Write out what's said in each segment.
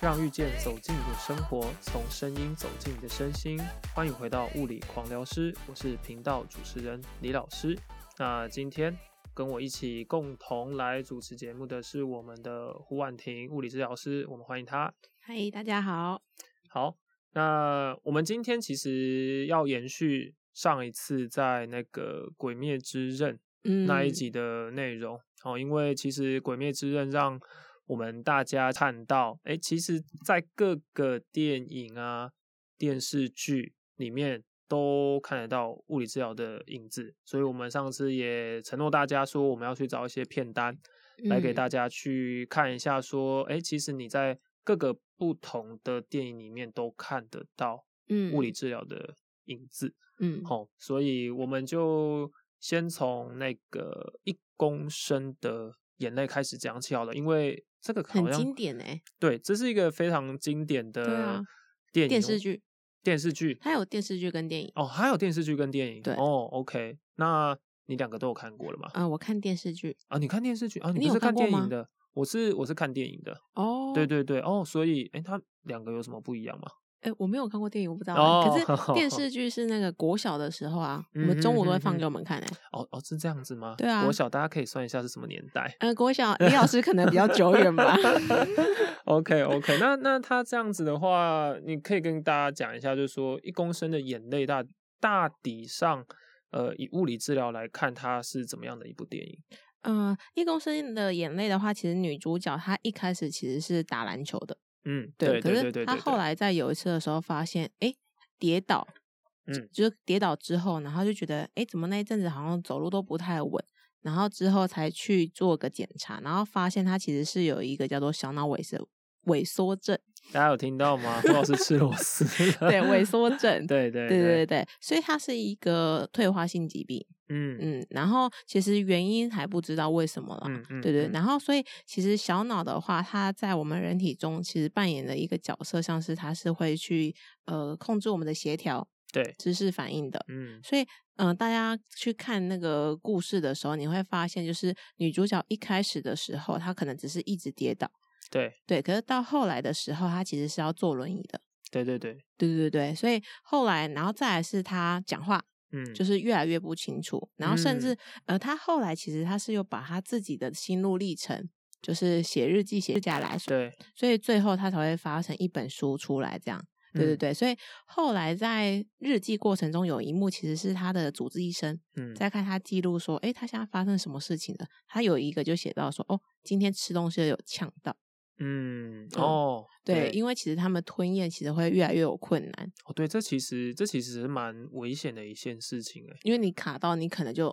让遇见走进你的生活，从声音走进你的身心。欢迎回到物理狂聊师，我是频道主持人李老师。那今天跟我一起共同来主持节目的是我们的胡婉婷物理治疗师，我们欢迎她。嗨，大家好。好，那我们今天其实要延续上一次在那个《鬼灭之刃》嗯那一集的内容、哦，因为其实《鬼灭之刃》让我们大家看到，哎，其实，在各个电影啊、电视剧里面都看得到物理治疗的影子，所以我们上次也承诺大家说，我们要去找一些片单，嗯来给大家去看一下，说，哎、其实你在各个不同的电影里面都看得到嗯物理治疗的影子，嗯好、所以我们就先从那个一公升的眼泪开始讲起好了，因为这个好很像经典哎、对，这是一个非常经典对的啊电影、哦电视剧，电视剧它有电视剧跟电影。哦，还有电视剧跟电影，对哦，OK，那你两个都有看过了吗？啊、我看电视剧啊，你看电视剧啊，你你不有是看看过电影吗的，我是我是看电影的，哦对，对对，哦，所以哎，它两个有什么不一样吗？哎、我没有看过电影，我不知道、啊哦可是电视剧是那个国小的时候啊，嗯我们中午都会嗯放嗯给我们看哎、哦哦，是这样子吗？对啊国小大家可以算一下是什么年代。呃，国小李老师可能比较久 远吧。 OK OK，那那他这样子的话，你可以跟大家讲一下，就是说一公升的眼泪大大抵上，呃，以物理治疗来看，它是怎么样的一部电影？嗯、一公升的眼泪的话，其实女主角她一开始其实是打篮球的，嗯，对，对对可是对对，她后来在有一次的时候发现，哎、跌倒，嗯，就是跌倒之后，然后就觉得，哎、怎么那一阵子好像走路都不太稳，然后之后才去做个检查，然后发现她其实是有一个叫做小脑萎缩萎缩症，，大家有听到吗？胡老师吃螺丝 对，萎，缩 症，对对对对对对，所以它是一个退化性疾病，嗯嗯，然后其实原因还不知道为什么了。嗯嗯，对对，嗯然后所以其实小脑的话，它在我们人体中其实扮演的一个角色，像是它是会去呃控制我们的协调、对，知识反应的。嗯所以，嗯、大家去看那个故事的时候，你会发现，就是女主角一开始的时候，她可能只是一直跌倒，对对，可是到后来的时候，她其实是要坐轮椅的。对对对，对对对，所以后来，然后再来是她讲话，嗯，就是越来越不清楚，然后甚嗯至、呃，他后来其实他是有把他自己的心路历程，就是写日记写下来，对，所以最后他才会发成一本书出来这样。对对嗯对，所以后来在日记过程中有一幕，其实是他的主治医生嗯，在看他记录说，诶，他现在发生什么事情了？他有一个就写到说，哦，今天吃东西有呛到，嗯，嗯哦，对，对因为其实他们吞咽其实会越来越有困难，哦，对，这其实这其实是蛮危险的一件事情，哎，因为你卡到你可能就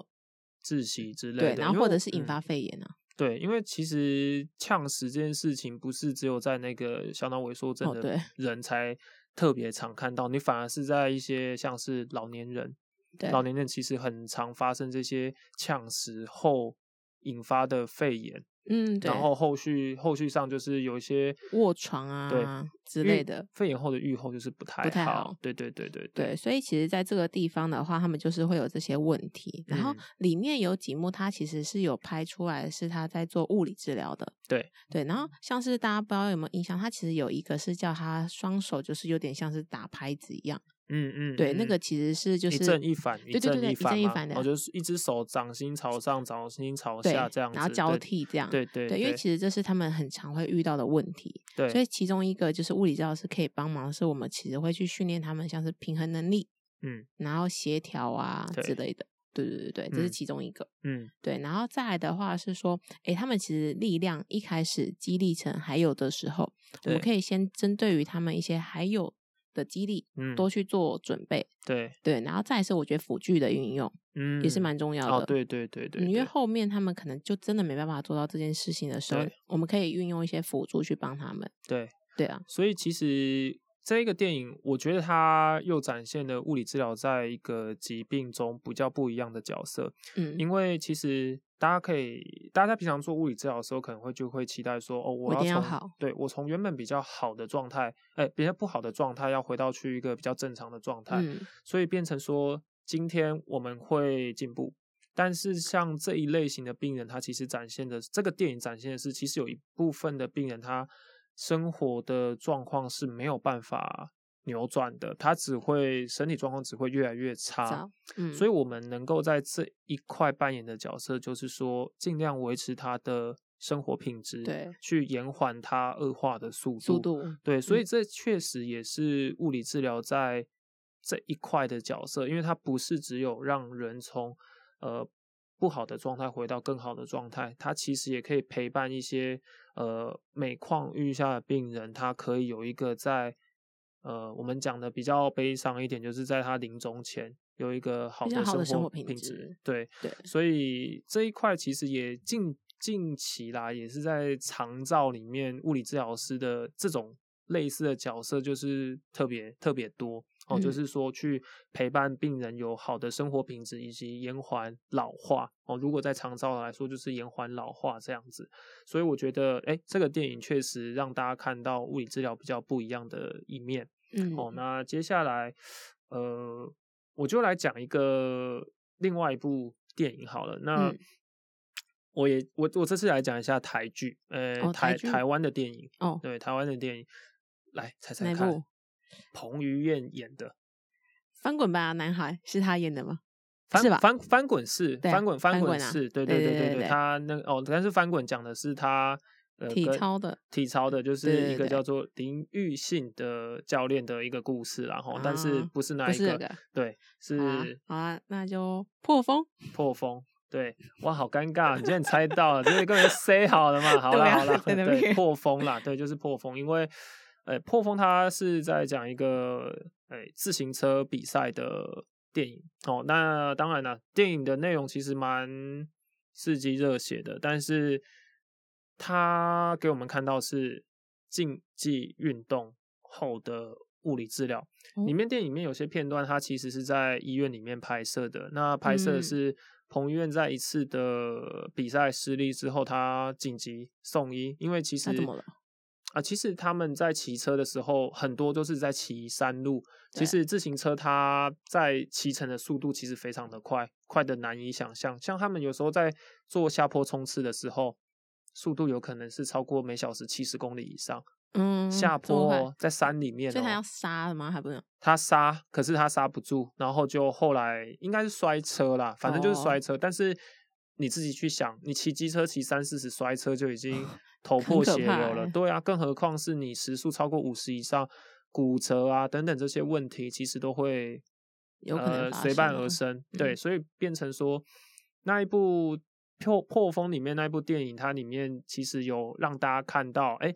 窒息之类的，对，因然后为或我者是引嗯发肺炎啊，对，因为其实呛死这件事情不是只有在那个小脑萎缩症哦的对人才特别常看到，你反而是在一些像是老年人，对，老年人其实很常发生这些呛死后引发的肺炎，嗯，对，然后后续后续上就是有一些卧床对嗯啊之之类的。肺炎后的预后就是不太不太好好，对对对对对，所以其实在这个地方的话，他们就是会有这些问题。然后嗯里面有几幕，它其实是有拍出来，是他在做物理治疗的。对对，然后像是大家不知道有没有印象，他其实有一个是叫他双手，就是有点像是打拍子一样。嗯嗯，对，那嗯个其实是就是一正一反，一对对对正对，一反正一嘛反的哦，，就是一只手掌心朝上，掌心朝对下这样，子，然后交对，替这样。对对对，因为其实这是他们很常会遇到的问题。对，所以其中一个就是物理治疗师可以帮忙，是我们其实会去训练他们像是平衡能力，嗯，然后协调啊对之类的。对对对对，这嗯是其中一个。嗯对，然后再来的话是说，诶，他们其实力量一开始激励层还有的时候，我们对可以先针对于他们一些还有的激励嗯，多去做准备。对，对，然后再来是我觉得辅具的运用、嗯，也是蛮重要的。哦，对对对对，嗯因为对后面他们可能就真的没办法做到这件事情的时候对，我们可以运用一些辅助去帮他们。对，对啊，所以其实这个电影，我觉得它又展现了物理治疗在一个疾病中比较不一样的角色，嗯，因为其实大家可以，大家在平常做物理治疗的时候，可能会就会期待说，哦，我我一定要从好对我从原本比较好的状态，哎，比较不好的状态，要回到去一个比较正常的状态，嗯，所以变成说，今天我们会进步。但是像这一类型的病人，他其实展现的这个电影展现的是，其实有一部分的病人他生活的状况是没有办法扭转的，它只会身体状况只会越来越差。糟嗯，所以以我们能够在这一块扮演的角色，就是说尽量维持他的生活品质，对，去延缓他恶化的速度。速度对，所以嗯这确实也是物理治疗在这一块的角色，因为它不是只有让人从呃不好的状态回到更好的状态，它其实也可以陪伴一些呃每况愈下的病人，他可以有一个在呃我们讲的比较悲伤一点，就是在他临终前有一个好比的较好的生生活活品品质质。对，对，所以这一块其实也近近期啦，也是在长照里面物理治疗师的这种类似的角色，就是特别特别多哦，就嗯是说去陪伴病人有好的生活品质，以及延缓老化哦。如果在长照来说，就是延缓老化这样子。所以我觉得，哎，这个电影确实让大家看到物理治疗比较不一样的一面。嗯，哦，那接下来，呃，我就来讲一个另外一部电影好了。那、嗯我也我我这次来讲一下台剧，呃，哦台台剧台湾的电影，哦，对台湾的电影，来猜猜哪看部，彭于晏演的。翻滚吧，男孩是他演的吗？翻是吧翻翻滚是对啊翻滚翻翻滚滚啊是，对对对对对对对对，他那个哦，但是翻滚讲的是他呃体跟操的体操的，就对对是一对个叫做林玉信的教练的一个故事啦，然后但是啊不是那不一是那个个，对，好啊是好啊，那就破风。破风。对，哇，好尴尬！啊你竟然猜到了，这个根本就 say 好了嘛，好对啦啊好啦，在那对，边破风啦，对，就是破风，因为呃，破风它是在讲一个呃自行车比赛的电影哦。那当然啦，电影的内容其实蛮刺激热血的，但是它给我们看到是竞技运动后的物理治疗。哦里面电影里面有些片段，它其实是在医院里面拍摄的。那拍摄嗯的是彭于晏在一次的比赛失利之后，他紧急送医，因为其实他怎么了？啊，其实他们在骑车的时候，很多都是在骑山路。对其实自行车它在骑乘的速度其实非常的快，快的难以想象。像他们有时候在做下坡冲刺的时候，速度有可能是超过每小时七十公里以上。嗯，下这么坡快哦在山里面所以他哦要杀了吗？还不能他刹，可是他刹不住，然后就后来应该是摔车啦，反正就是摔哦车。但是你自己去想，你骑机车骑三四十摔车就已经头哦很破可血流怕了，欸对啊，更何况是你时速超过五十以上，骨折啊等等这些问题，其实都会有可能呃发随伴生啊而生。对，嗯所以变成说那一部破破风里面那一部电影，它里面其实有让大家看到，哎、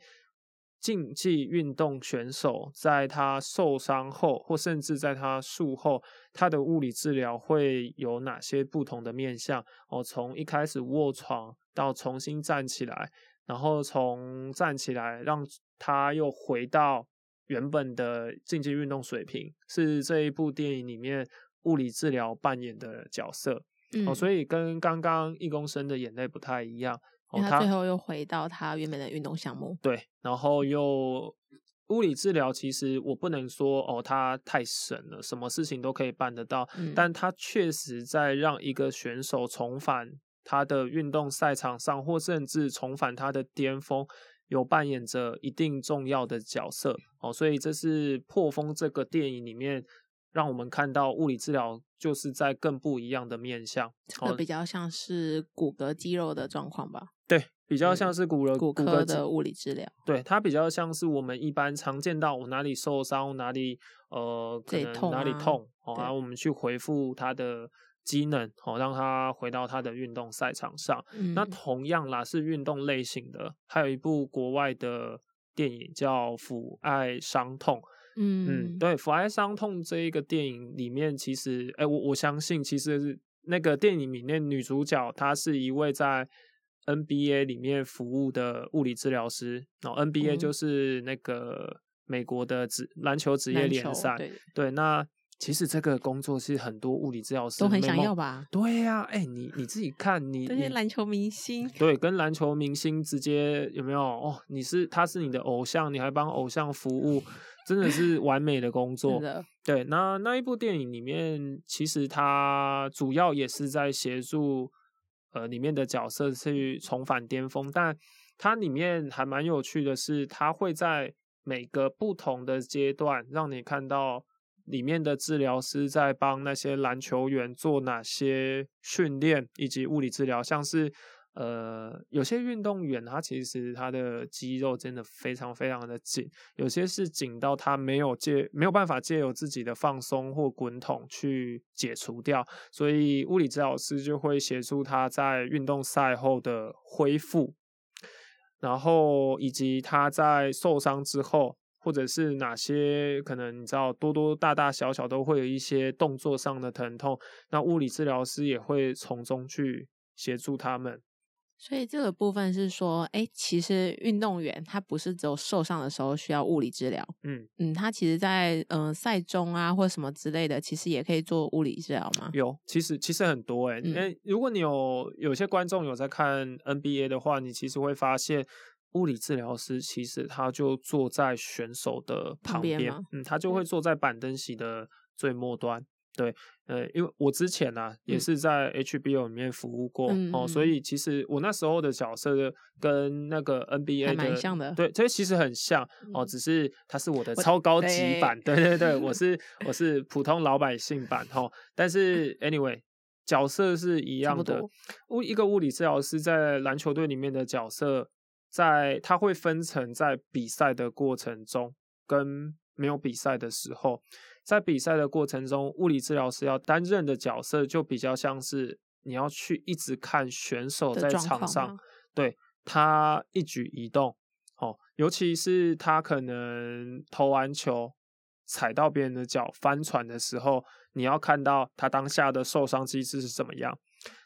竞技运动选手在他受伤后，或甚至在他术后，他的物理治疗会有哪些不同的面向？哦，从一开始卧床到重新站起来，然后从站起来让他又回到原本的竞技运动水平，是这一部电影里面物理治疗扮演的角色。嗯，哦，以所以跟刚刚一公升的眼泪不太一样。哦，他最后又回到他原本的运动项目。对，然后又物理治疗，其实我不能说哦，他太神了，什么事情都可以办得到，嗯但他确实在让一个选手重返他的运动赛场上，或甚至重返他的巅峰。有扮演着一定重要的角色哦，所以这是《破风》这个电影里面让我们看到物理治疗就是在更不一样的面向。这哦个比较像是骨骼肌肉的状况吧，对，比较嗯像是呃骨骼、骨骼科肌的物理治疗，对，它比较像是我们一般常见到我哪里受伤，哪里呃可这里能痛哪里啊痛，哦，对然后我们去回复它的机能，哦，让它回到它的运动赛场上。嗯，那同样啦，是运动类型的，还有一部国外的电影叫《父爱伤痛》。嗯，嗯，对，《父爱伤痛》这一个电影里面，其实，哎、我我相信，其实是那个电影里面女主角她是一位在 NBA 里面服务的物理治疗师，然后 NBA 嗯就是那个美国的职篮球职业篮联球赛，对对，那其实这个工作是很多物理治疗师都很的想梦要？吧？对呀、哎、你你自己看，你这些你篮球明星，对，跟篮球明星直接有没有哦？你是他是你的偶像，你还帮偶像服务，真的是完美的工真作。的，对，那那一部电影里面，其实它主要也是在协助呃里面的角色去重返巅峰，但它里面还蛮有趣的是，它会在每个不同的阶段让你看到里面的治疗师在帮那些篮球员做哪些训练以及物理治疗，像是。呃，有些运动员他其实他的肌肉真的非常非常的紧，有些是紧到他没有借没有办法借由自己的放松或滚筒去解除掉，所以物理治疗师就会协助他在运动赛后的恢复，然后以及他在受伤之后，或者是哪些可能你知道多多大大小小都会有一些动作上的疼痛，那物理治疗师也会从中去协助他们。所以这个部分是说，哎，其实运动员他不是只有受伤的时候需要物理治疗，嗯嗯，他其实在嗯、呃赛中啊或什么之类的，其实也可以做物理治疗嘛。有，其实其实很多哎、欸，嗯诶如果你有有些观众有在看 NBA 的话，你其实会发现，物理治疗师其实他就坐在选手的旁旁边吗嗯，他就会嗯坐在板凳席的最末端。对，呃，因为我之前呢、啊、也嗯是在 HBO 里面服务过、嗯哦，所嗯嗯以其实我那时候的角色跟那个 NBA 还的蛮像的对，这其实很像哦，嗯只是它是我的我超高级对版，对对对，我是我是普通老百姓版哈，但 是 anyway。角色是一差样不的多，物一个物理治疗师在篮球队里面的角色，在他会分成在比赛的过程中跟没有比赛的时候，在比赛的过程中，物理治疗师要担任的角色就比较像是你要去一直看选手的在状场况上吗对他一举一动，哦，尤其是他可能投完球踩到别人的脚翻船的时候，你要看到他当下的受伤机制是怎么样。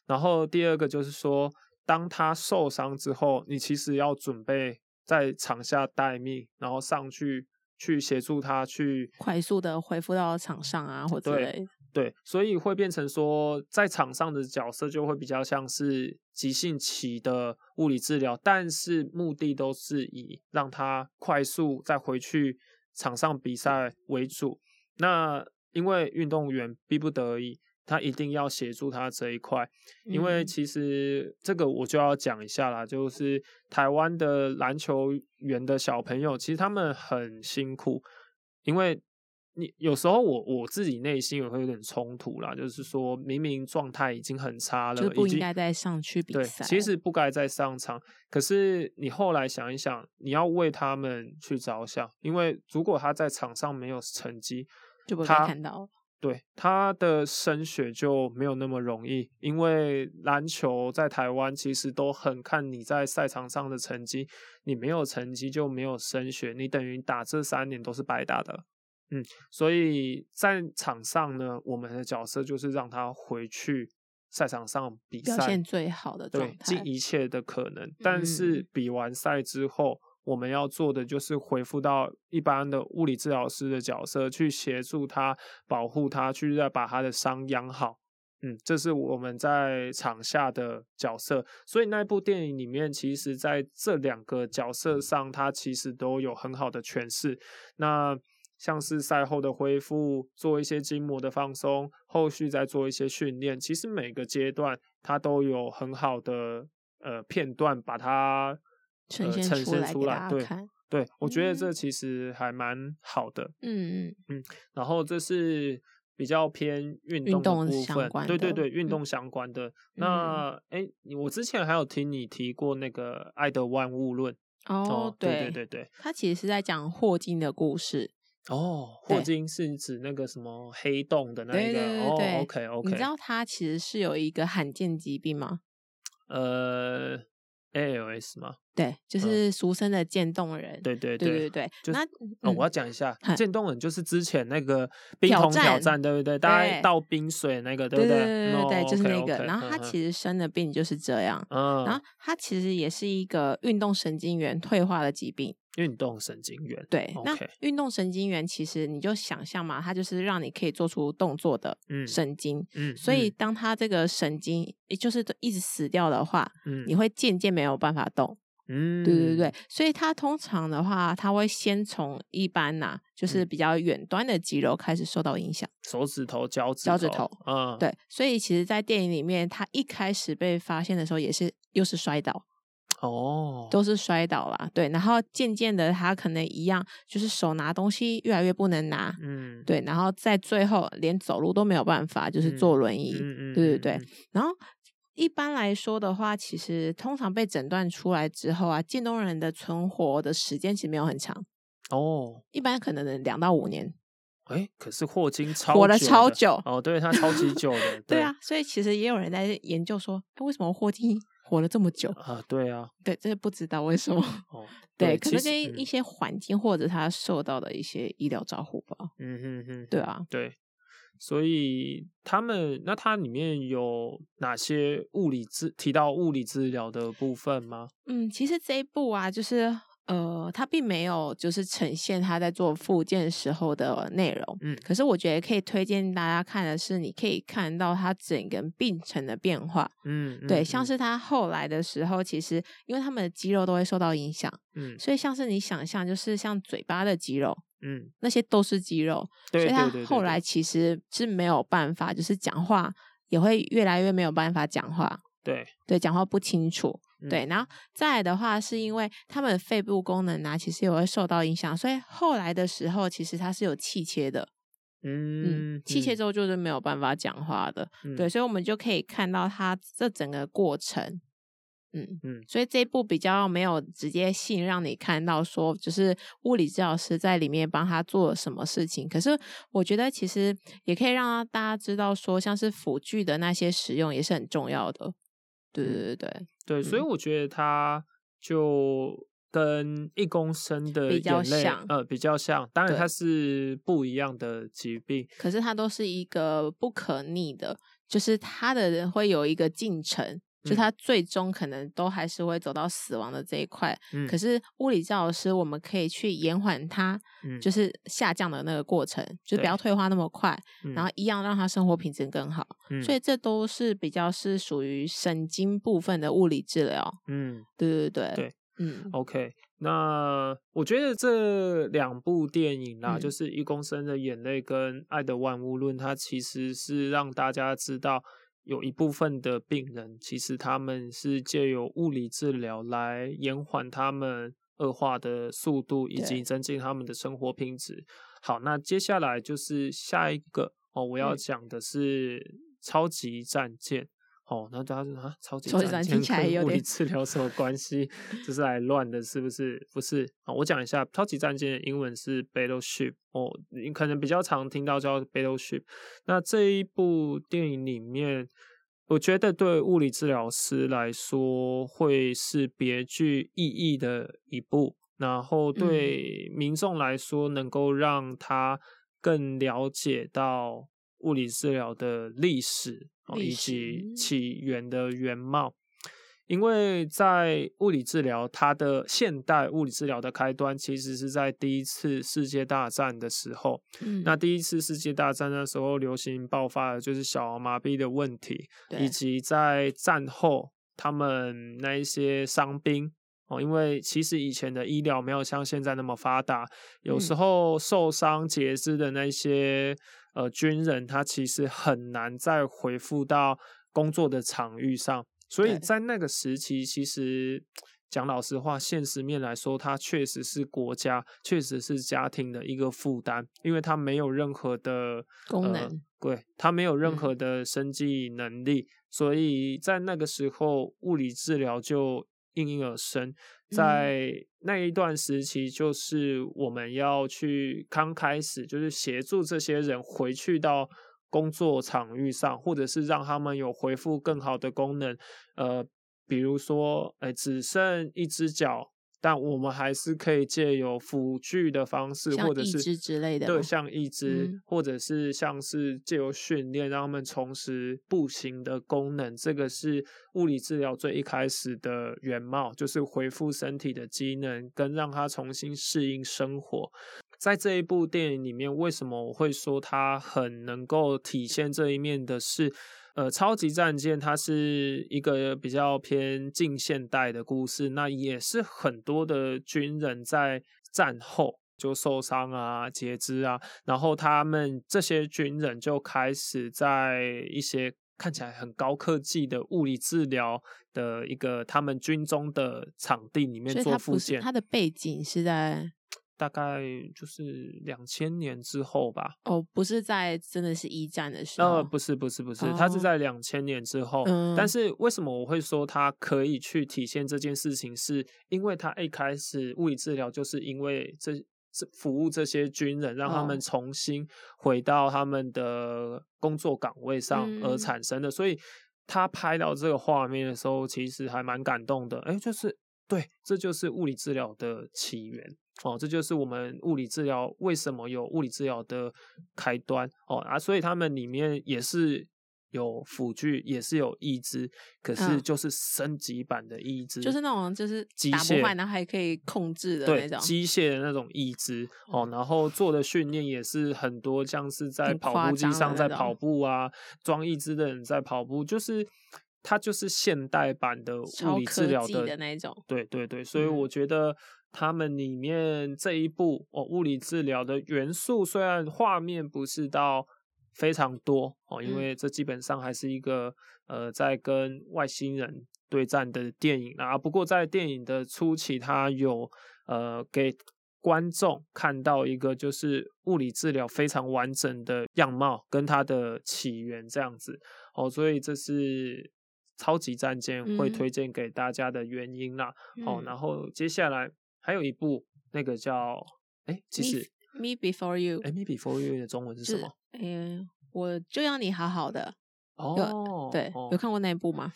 然后第二个就是说，当他受伤之后，你其实要准备在场下待命，然后上去去协助他去快速的恢复到场上啊或之对类的。对，所以会变成说，在场上的角色就会比较像是急性期的物理治疗，但是目的都是以让他快速再回去场上比赛为主。那因为运动员逼不得已，他一定要协助他这一块，因为嗯其实这个我就要讲一下啦，就是台湾的篮球员的小朋友，其实他们很辛苦，因为你有时候我我自己内心也会有点冲突啦，就是说明明状态已经很差了，就是不已应经该再上去比赛对，其了实不该再上场。可是你后来想一想，你要为他们去着想，因为如果他在场上没有成绩，就不会被他看到了。对他的升学就没有那么容易，因为篮球在台湾其实都很看你在赛场上的成绩，你没有成绩就没有升学，你等于打这三年都是白打的。嗯，所以在场上呢，我们的角色就是让他回去赛场上比表赛，现最好的对状，尽态。嗯一切的可能。但是比完赛之后，我们要做的就是恢复到一般的物理治疗师的角色，去协助他、保护他，去再把他的伤养好。嗯，这是我们在场下的角色，所以那部电影里面，其实在这两个角色上，它其实都有很好的诠释。那像是赛后的恢复，做一些筋膜的放松，后续再做一些训练，其实每个阶段它都有很好的呃片段把它呈呃现呈出现来出给来。大家对看。对，我觉得嗯这其实还蛮好的。嗯嗯，然后这是比较偏运动运动的部相分，关对对的对，运嗯动相关的。那哎，你我之前还有听你提过那个《爱的万物论》哦，对对对对对，他其实是在讲霍金的故事。哦，霍对金是指那个什么黑洞的那对一个对对哦对，OK OK，你知道他其实是有一个罕见疾病吗？呃，ALS 吗？对，就是俗称的渐冻人。对嗯对对对就对，那哦，嗯我要讲一下，嗨渐冻人就是之前那个冰挑桶挑战战，对不对？大家对倒冰水那个，对不对对哦对对对，就是那 o k 个。然后他其实生的病就是这样。嗯，然后他其实也是一个运动神经元退化的疾病。运动神经元，对，那 OK 运动神经元其实你就想象嘛，它就是让你可以做出动作的嗯神经。嗯，所以当它这个神经也就是一直死掉的话，嗯，你会渐渐没有办法动。嗯，对对对，所以它通常的话，它会先从一般呐、就是嗯比较远端的肌肉开始受到影响。手指头、脚趾脚趾头嗯，，对，所以其实，在电影里面，他一开始被发现的时候也是又是摔倒，哦，都是摔倒啦。对，然后渐渐的他可能一样，就是手拿东西越来越不能拿，嗯，对，然后在最后连走路都没有办法，就是嗯坐轮椅。嗯嗯，对对嗯对，然后一般来说的话，其实通常被诊断出来之后啊，渐冻人的存活的时间其实没有很长，哦，一般可能两到五年。哎，可是霍金超活了久超的久哦，对他超级久的，对啊，所以其实也有人在研究说，哎，为什么霍金活了这么久？啊，对啊，对，这不知道为什 么。哦，对，可其能实跟一嗯些环境或者他受到的一些医疗照护吧。嗯哼哼，对啊，对，所以他们那它里面有哪些物理治提到物理治疗的部分吗？嗯，其实这一部啊，就是呃，它并没有就是呈现他在做复健时候的内容。嗯可是我觉得可以推荐大家看的是，你可以看到他整个病程的变化。嗯，对，嗯像是他后来的时候，其实因为他们的肌肉都会受到影响，嗯所以像是你想象，就是像嘴巴的肌肉。嗯，嗯那些都是肌肉，对对所对以对，他后对来其实是没有办法，就是讲话也会越来越没有办法讲话，对对，讲话不清楚。对，嗯然后再来的话，是因为他们肺部功能啊，其实也会受到影响，所以后来的时候，其实它是有气切的，嗯，气切嗯之后就是没有办法讲话的，对，，所以我们就可以看到它这整个过程，嗯嗯嗯，所以这一部比较没有直接性让你看到说，就是物理治疗师在里面帮他做了什么事情，可是我觉得其实也可以让大家知道说，像是辅具的那些使用也是很重要的，对对对对。对，所以嗯我觉得它就跟一公升的比较眼泪像呃比较像，当然对它是不一样的疾病，可是它都是一个不可逆的，就是它的人会有一个进程，嗯就它最终可能都还是会走到死亡的这一块。嗯，可是物理治疗师，我们可以去延缓它，嗯就是下降的那个过程，就对嗯不要退化那么快，然后一样让他生活品质更好。所以这都是比较是属于神经部分的物理治疗。嗯。嗯对对对对嗯 OK，那我觉得这两部电影啦，就嗯是《一公升的眼泪》跟《爱的万物论》，它其实是让大家知道，有一部分的病人其实他们是借由物理治疗来延缓他们恶化的速度，以及对增进他们的生活品质。好，那接下来就是下一个哦，我要嗯讲的是超级战舰。哦，那大家说啊，超级超级战战舰听起来跟有物理点治疗什么关系？这是来乱的，是不是？不是啊、我讲一下，超级战舰的英文是 battleship，哦，你可能比较常听到叫 battleship。那这一部电影里面，我觉得对物理治疗师来说会是别具意义的一步，然嗯后对民众来说，能够让他更了解到物理治疗的历史、哦、历以史及嗯起源的原貌。因为在物理治疗，它的现代物理治疗的开端其实是在第一次世界大战的时候，嗯，那第一次世界大战那时候流行爆发的就是小儿麻痹的问题，以对及在战后他们那一些伤兵哦，因为其实以前的医疗没有像现在那么发达，有时嗯候受伤截肢的那些呃军人，他其实很难再回复到工作的场域上，所以对在那个时期，其实。讲老实话，现实面来说，它确实是国家，确实是家庭的一个负担，因为它没有任何的功呃能，对，他没有任嗯何的生计能力，所以在那个时候，物理治疗就应运而生。嗯在那一段时期，就是我们要去刚开始，就是协助这些人回去到工作场域上，或者是让他们有恢复更好的功能。呃，比如说，哎、只剩一只脚。但我们还是可以借由辅具的方式，像或者义是肢之类的哦对，吗像义肢，嗯或者是像是借由训练让他们重拾步行的功能，这个是物理治疗最一开始的原貌，就是恢复身体的机能，跟让他重新适应生活。在这一部电影里面，为什么我会说它很能够体现这一面的是，呃，超级战舰它是一个比较偏近现代的故事，那也是很多的军人在战后就受伤啊、截肢啊，然后他们这些军人就开始在一些看起来很高科技的物理治疗的一个他们军中的场地里面所以做他复不是健，他的背景是在大概就是两千年之后吧。哦，不是在真的是一战的时候，呃，不是不是不是，它是哦在两千年之后。嗯但是为什么我会说它可以去体现这件事情，是因为它一开始物理治疗就是因为这这服务这些军人，让他们哦重新回到他们的工作岗位上而嗯产生的，所以他拍到这个画面的时候，其实还蛮感动的。哎，就是对，这就是物理治疗的起源。哦，这就是我们物理治疗为什么有物理治疗的开端哦啊，所以他们里面也是有辅具，也是有义肢，可是嗯就是升级版的义肢，就是那种就是机打不械坏，然后还可以控制的对那种，嗯机械的那种义肢哦，然后做的训练也是很多，像是在很跑夸步机张上的在那跑种步啊，装义肢的人在跑步，就是它就是现代版的物超理治科疗技的的那种。对对对，所以嗯我觉得他们里面这一部哦，物理治疗的元素虽然画面不是到非常多哦，因嗯为这基本上还是一个呃在跟外星人对战的电影啊。不过在电影的初期，它有呃给观众看到一个就是物理治疗非常完整的样貌跟它的起源这样子。哦，所以这是超级战舰会嗯推荐给大家的原因啦。哦，嗯然后接下来还有一部那个叫哎，其实 Me before you， 《m Before You》的中文是就什是么？嗯、我就要你好好的。哦，对，哦有看过那一部吗？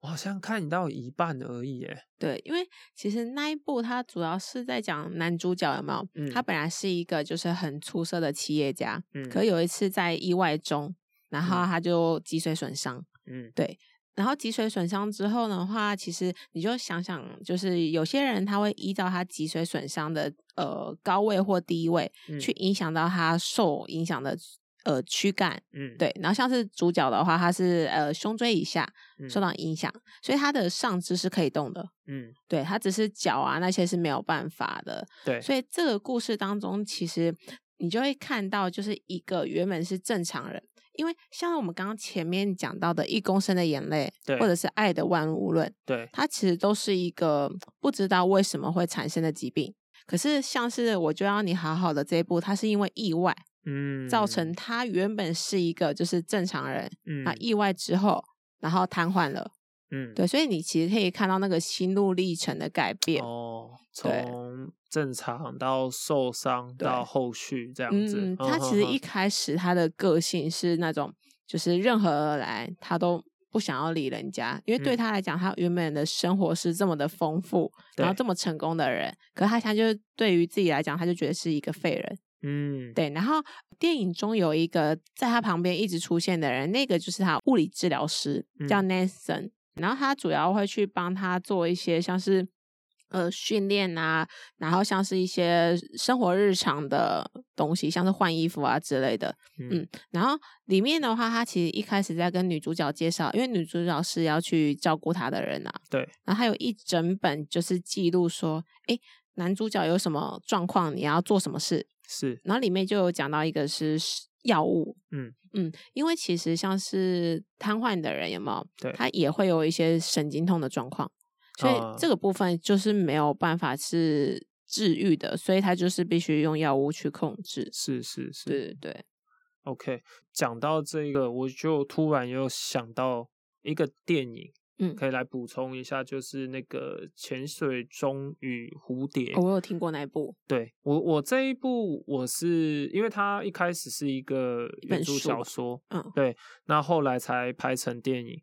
我好像看到一半而已，哎，对，因为其实那一部它主要是在讲男主角有没有？嗯他本来是一个就是很出色的企业家，嗯可有一次在意外中，然后嗯他就脊髓损伤。嗯然后脊髓损伤之后的话，其实你就想想，就是有些人他会依照他脊髓损伤的呃高位或低位，嗯去影响到他受影响的呃躯干。嗯，对，然后像是主角的话，他是呃胸椎以下嗯，受到影响，所以他的上肢是可以动的。嗯，对他只是脚啊那些是没有办法的，对，所以这个故事当中，其实你就会看到，就是一个原本是正常人，因为像我们刚刚前面讲到的《一公升的眼泪》，对或者是《爱的万物论》，对，它其实都是一个不知道为什么会产生的疾病。可是像是我就要你好好的这一部，它是因为意外嗯，造成他原本是一个就是正常人，嗯啊、意外之后然后瘫痪了。嗯，对，所以你其实可以看到那个心路历程的改变。哦，对从正常到受伤对到后续这样子，嗯，嗯他其实哼一哼开始他的个性是那种，就是任何而来他都不想要理人家，因为对嗯他来讲，他原本的生活是这么的丰富，然后对这么成功的人，可他现在就是对于自己来讲，他就觉得是一个废人。嗯，对，然后电影中有一个在他旁边一直出现的人，那个就是他物理治疗师，嗯叫 Nathan，、然后他主要会去帮他做一些像是呃训练啊，然后像是一些生活日常的东西，像是换衣服啊之类的。嗯嗯然后里面的话，他其实一开始在跟女主角介绍，因为女主角是要去照顾他的人啊，对，然后还有一整本就是记录说，诶，男主角有什么状况，你要做什么事。是，然后里面就有讲到一个是是药物，嗯嗯，因为其实像是瘫痪的人有没有？对他也会有一些神经痛的状况，所啊以这个部分就是没有办法是治愈的，所以他就是必须用药物去控制。是是是，对对对， OK，讲到这个，我就突然又想到一个电影，嗯可以来补充一下，就是那个《潜水钟与蝴蝶》哦我有听过那一部，对我，我这一部我是因为它一开始是一个原本著书小吧说，嗯，对，那后来才拍成电影。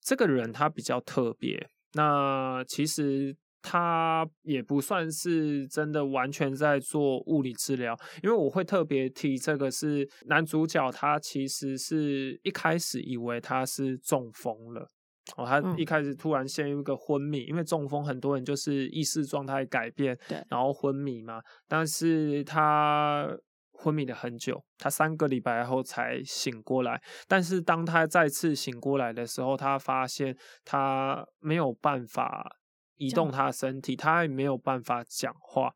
这个人他比较特别，那其实他也不算是真的完全在做物理治疗，因为我会特别提这个是男主角，他其实是一开始以为他是中风了。哦，他嗯一开始突然陷入一个昏迷，因为中风很多人就是意识状态改变，对然后昏迷嘛。但是他昏迷了很久，他三个礼拜后才醒过来。但是当他再次醒过来的时候，他发现他没有办法移这动样他的身体，他也没有办法讲话。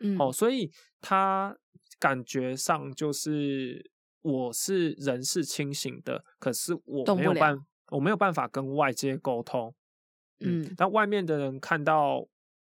嗯，哦，所以他感觉上就是我是人是清醒的，可是我动没不有了办，我没有办法跟外界沟通。嗯但外面的人看到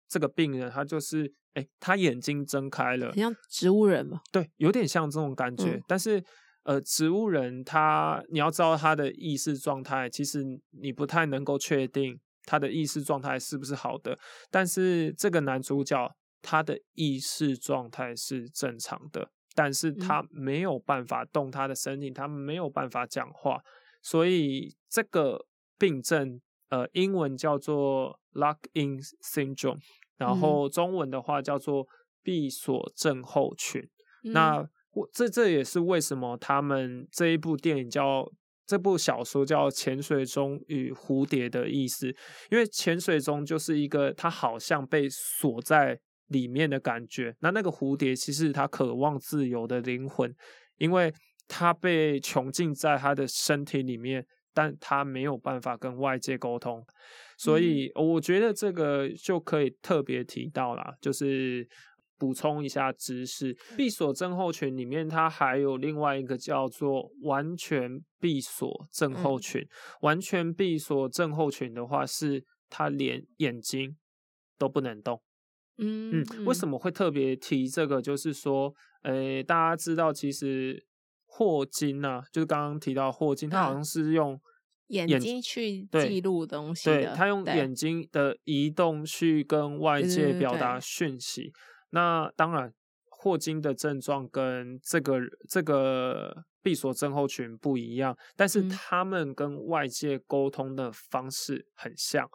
这个病人，他就是哎、他眼睛睁开了很，像植物人嘛，对，有点像这种感觉。嗯但是，呃，植物人他，你要知道他的意识状态，其实你不太能够确定他的意识状态是不是好的。但是这个男主角他的意识状态是正常的，但是嗯他没有办法动他的身体，他没有办法讲话，所以这个病症，呃，英文叫做 lock-in syndrome，然嗯后中文的话叫做闭锁症候群。嗯那我这这也是为什么他们这一部电影叫这部小说叫《潜水钟与蝴蝶》的意思，因为潜水钟就是一个它好像被锁在里面的感觉，那那个蝴蝶其实它渴望自由的灵魂，因为它被囚禁在它的身体里面，但它没有办法跟外界沟通，所以我觉得这个就可以特别提到啦，就是补充一下知识。闭锁症候群里面，它还有另外一个叫做完全闭锁症候群。完全闭锁症候群的话，是他连眼睛都不能动。嗯嗯，为什么？么会特别提这个？就是说，呃，大家知道，其实霍金呢、就是刚刚提到霍金，他好嗯像是用眼睛去对记录东西对的，他用眼睛的移动去跟外对对界对表达对讯息。那当然，霍金的症状跟这个这个闭锁症候群不一样，但是嗯他们跟外界沟通的方式很像，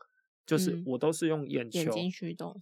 就是嗯我都是用眼球，眼睛驱动，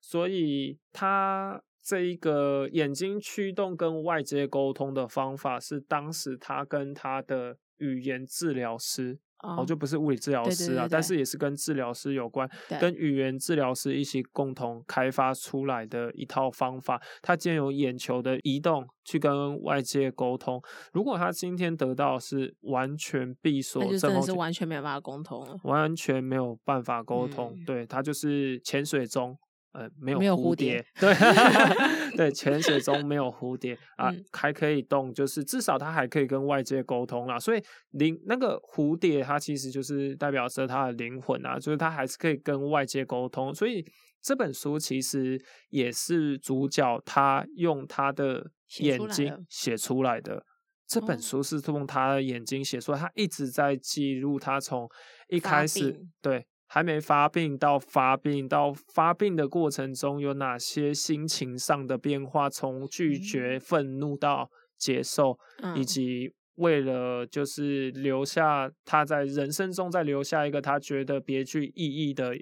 所以他这一个眼睛驱动跟外界沟通的方法是当时他跟他的语言治疗师哦哦，就不是物理治疗对对师对啊，对但是也是跟治疗师有关，对跟语言治疗师一起共同开发出来的一套方法。他借由眼球的移动去跟外界沟通。如果他今天得到是完全闭锁那就真症的候是群，完全没有办法沟通了。完全没有办法沟通，嗯对他就是潜水钟。呃，没有没有蝴蝴蝶对 对，潜水钟没有蝴蝶啊，嗯还可以动，就是至少它还可以跟外界沟通啦。所以灵那个蝴蝶，它其实就是代表着它的灵魂啊，就是它还是可以跟外界沟通。所以这本书其实也是主角他用他的写眼出来的睛写出来的。这本哦书是用他的眼睛写出来，他一直在记录他从一发开始病对还没发病到发病到发病的过程中有哪些心情上的变化，从拒绝、愤怒到接受，嗯以及为了就是留下他在人生中再留下一个他觉得别具意义的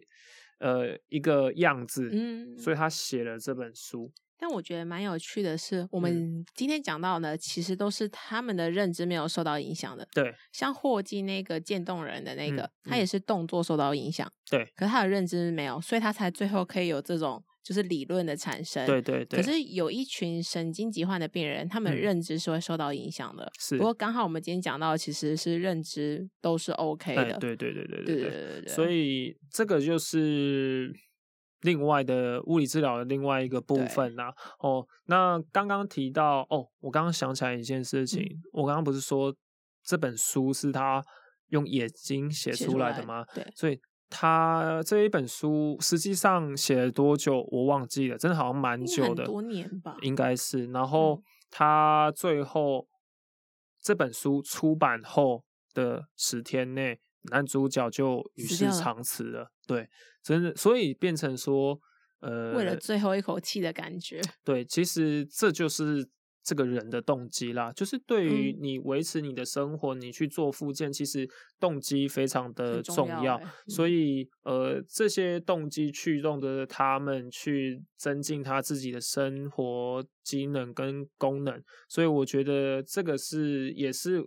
呃一个样子，嗯，所以他写了这本书。但我觉得蛮有趣的是，嗯我们今天讲到呢，其实都是他们的认知没有受到影响的。对，像霍金那个渐冻人的那个，嗯他也是动作受到影响，对，可是他的认知没有，所以他才最后可以有这种就是理论的产生。对对对，可是有一群神经疾患的病人，他们嗯认知是会受到影响的。是不过刚好我们今天讲到，其实是认知都是 OK 哎的。对对对对对对对对对，所以这个就是另外的物理治疗的另外一个部对分啦、哦，那刚刚提到哦，我刚刚想起来一件事情，我刚刚不是说这本书是他用眼睛写写出来的吗？？对，所以他这一本书实际上写了多久我忘记了，真的好像蛮应该久很的，多年吧应该是。然后嗯他最后这本书出版后的十天内，男主角就与死世掉了长辞了。对，真的，所以变成说，呃，为了最后一口气的感觉。对，其实这就是这个人的动机啦，就是对于嗯你维持你的生活，你去做复健，其实动机非常的很重重要要。欸 所以，呃，这些动机驱动着他们去增进他自己的生活机能跟功能。所以，我觉得这个是也是。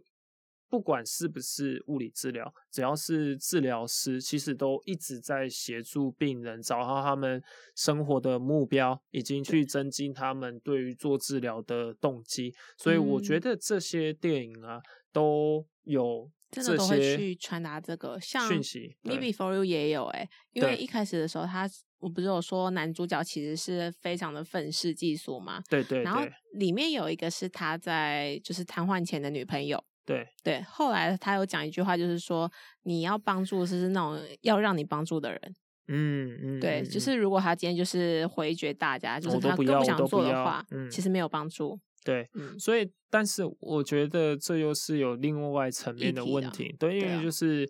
不管是不是物理治疗，只要是治疗师，其实都一直在协助病人找到他们生活的目标，以及去增进他们对于做治疗的动机。所以我觉嗯得这些电影啊，都有真的这都会些去传达这个，像讯息。 Me 对 Before You 也有哎、因对为一开始的时候他我不是有说男主角其实是非常的愤世嫉俗嘛，对对然后对里面有一个是他在就是瘫痪前的女朋友，对，对，后来他有讲一句话，就是说你要帮助是那种要让你帮助的人，嗯嗯，对，嗯就嗯是如果他今天就是回绝大家，就是我都他不更要我想都不做的要话，嗯其实没有帮助，对，嗯，所以，但是我觉得这又是有另外层面的议题问啦题，对，因对为啊就是、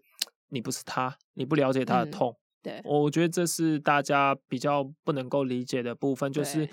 你不是他，你不了解他的嗯痛，对我我觉得这是大家比较不能够理解的部分，就是对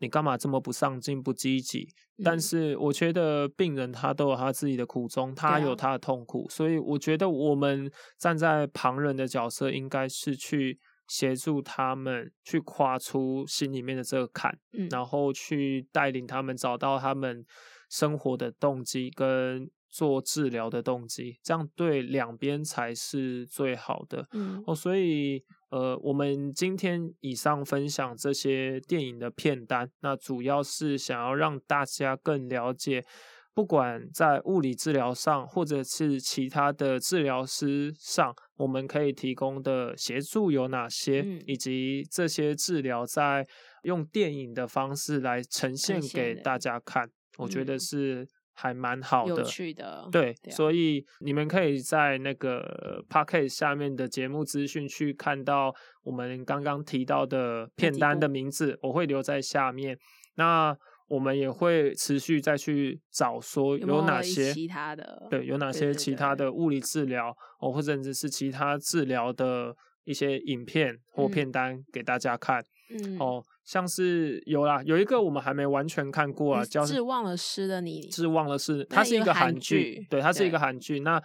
你干嘛这么不上进、不积极？但嗯是我觉得病人他都有他自己的苦衷，他有啊他的痛苦，所以我觉得我们站在旁人的角色，应该是去协助他们去跨出心里面的这个坎。嗯，然后去带领他们找到他们生活的动机跟做治疗的动机，这样对两边才是最好的。嗯哦，所以呃，我们今天以上分享这些电影的片单，那主要是想要让大家更了解，不管在物理治疗上，或者是其他的治疗师上，我们可以提供的协助有哪些，嗯以及这些治疗在用电影的方式来呈现现给的大家看，我觉得嗯是还蛮好有的。趣的，对，对啊所以你们可以在那个 p o c k e t 下面的节目资讯去看到我们刚刚提到的片几单的部名字，我会留在下面。那我们也会持续再去找说有没有哪一些其他的对，有哪些对对其他对的物理治疗哦，或甚至是其他治疗的一些影片或嗯片单给大家看、嗯，哦，像是有啦，有一个我们还没完全看过啊，你叫是致忘了诗的你，是忘了是，那它是一一个个韩韩剧剧，对，它是一对个韩剧。那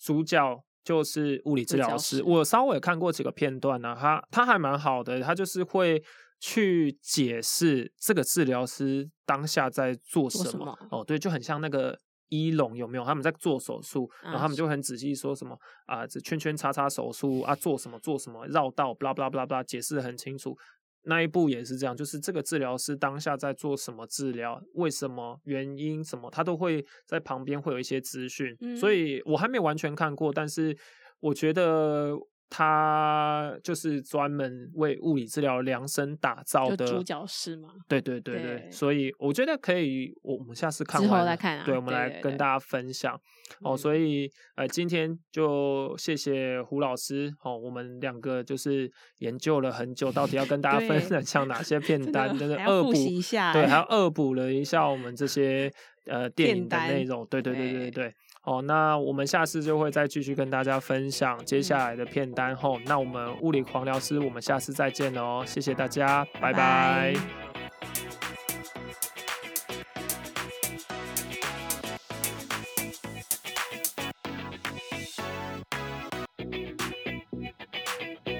主角就是物理治物理疗教师，师我稍微看过几个片段呢、他他还蛮好的，他就是会去解释这个治疗师当下在做什做么。什么哦，对，就很像那个。医龙有没有？他们在做手术，然后啊他们是就很仔细说什么啊，这圈圈叉叉手术啊，做什么做什么，绕道，blah blah blah blah，解释得很清楚。那一步也是这样，就是这个治疗师当下在做什么治疗，为什么原因什么，他都会在旁边会有一些资讯，嗯所以我还没完全看过，但是我觉得他就是专门为物理治疗量身打造就的主角是吗？对对对对，对所以我觉得可以，我我们下次看之后完再了看啊对，我们对来对跟对嗯大家分享哦。所以呃，今天就谢谢胡老师哦，我们两个就是研究了很久，到底要跟大家分 对享哪些片真单，的真的还要恶复补习一下 对，欸还要恶补了一下我们这些呃电片影的单内容，对对对对对对。哦，那我们下次就会再继续跟大家分享接嗯下来的片哦单。吼、那我们物理狂聊师，我们下次再见喽，谢谢大家，拜拜拜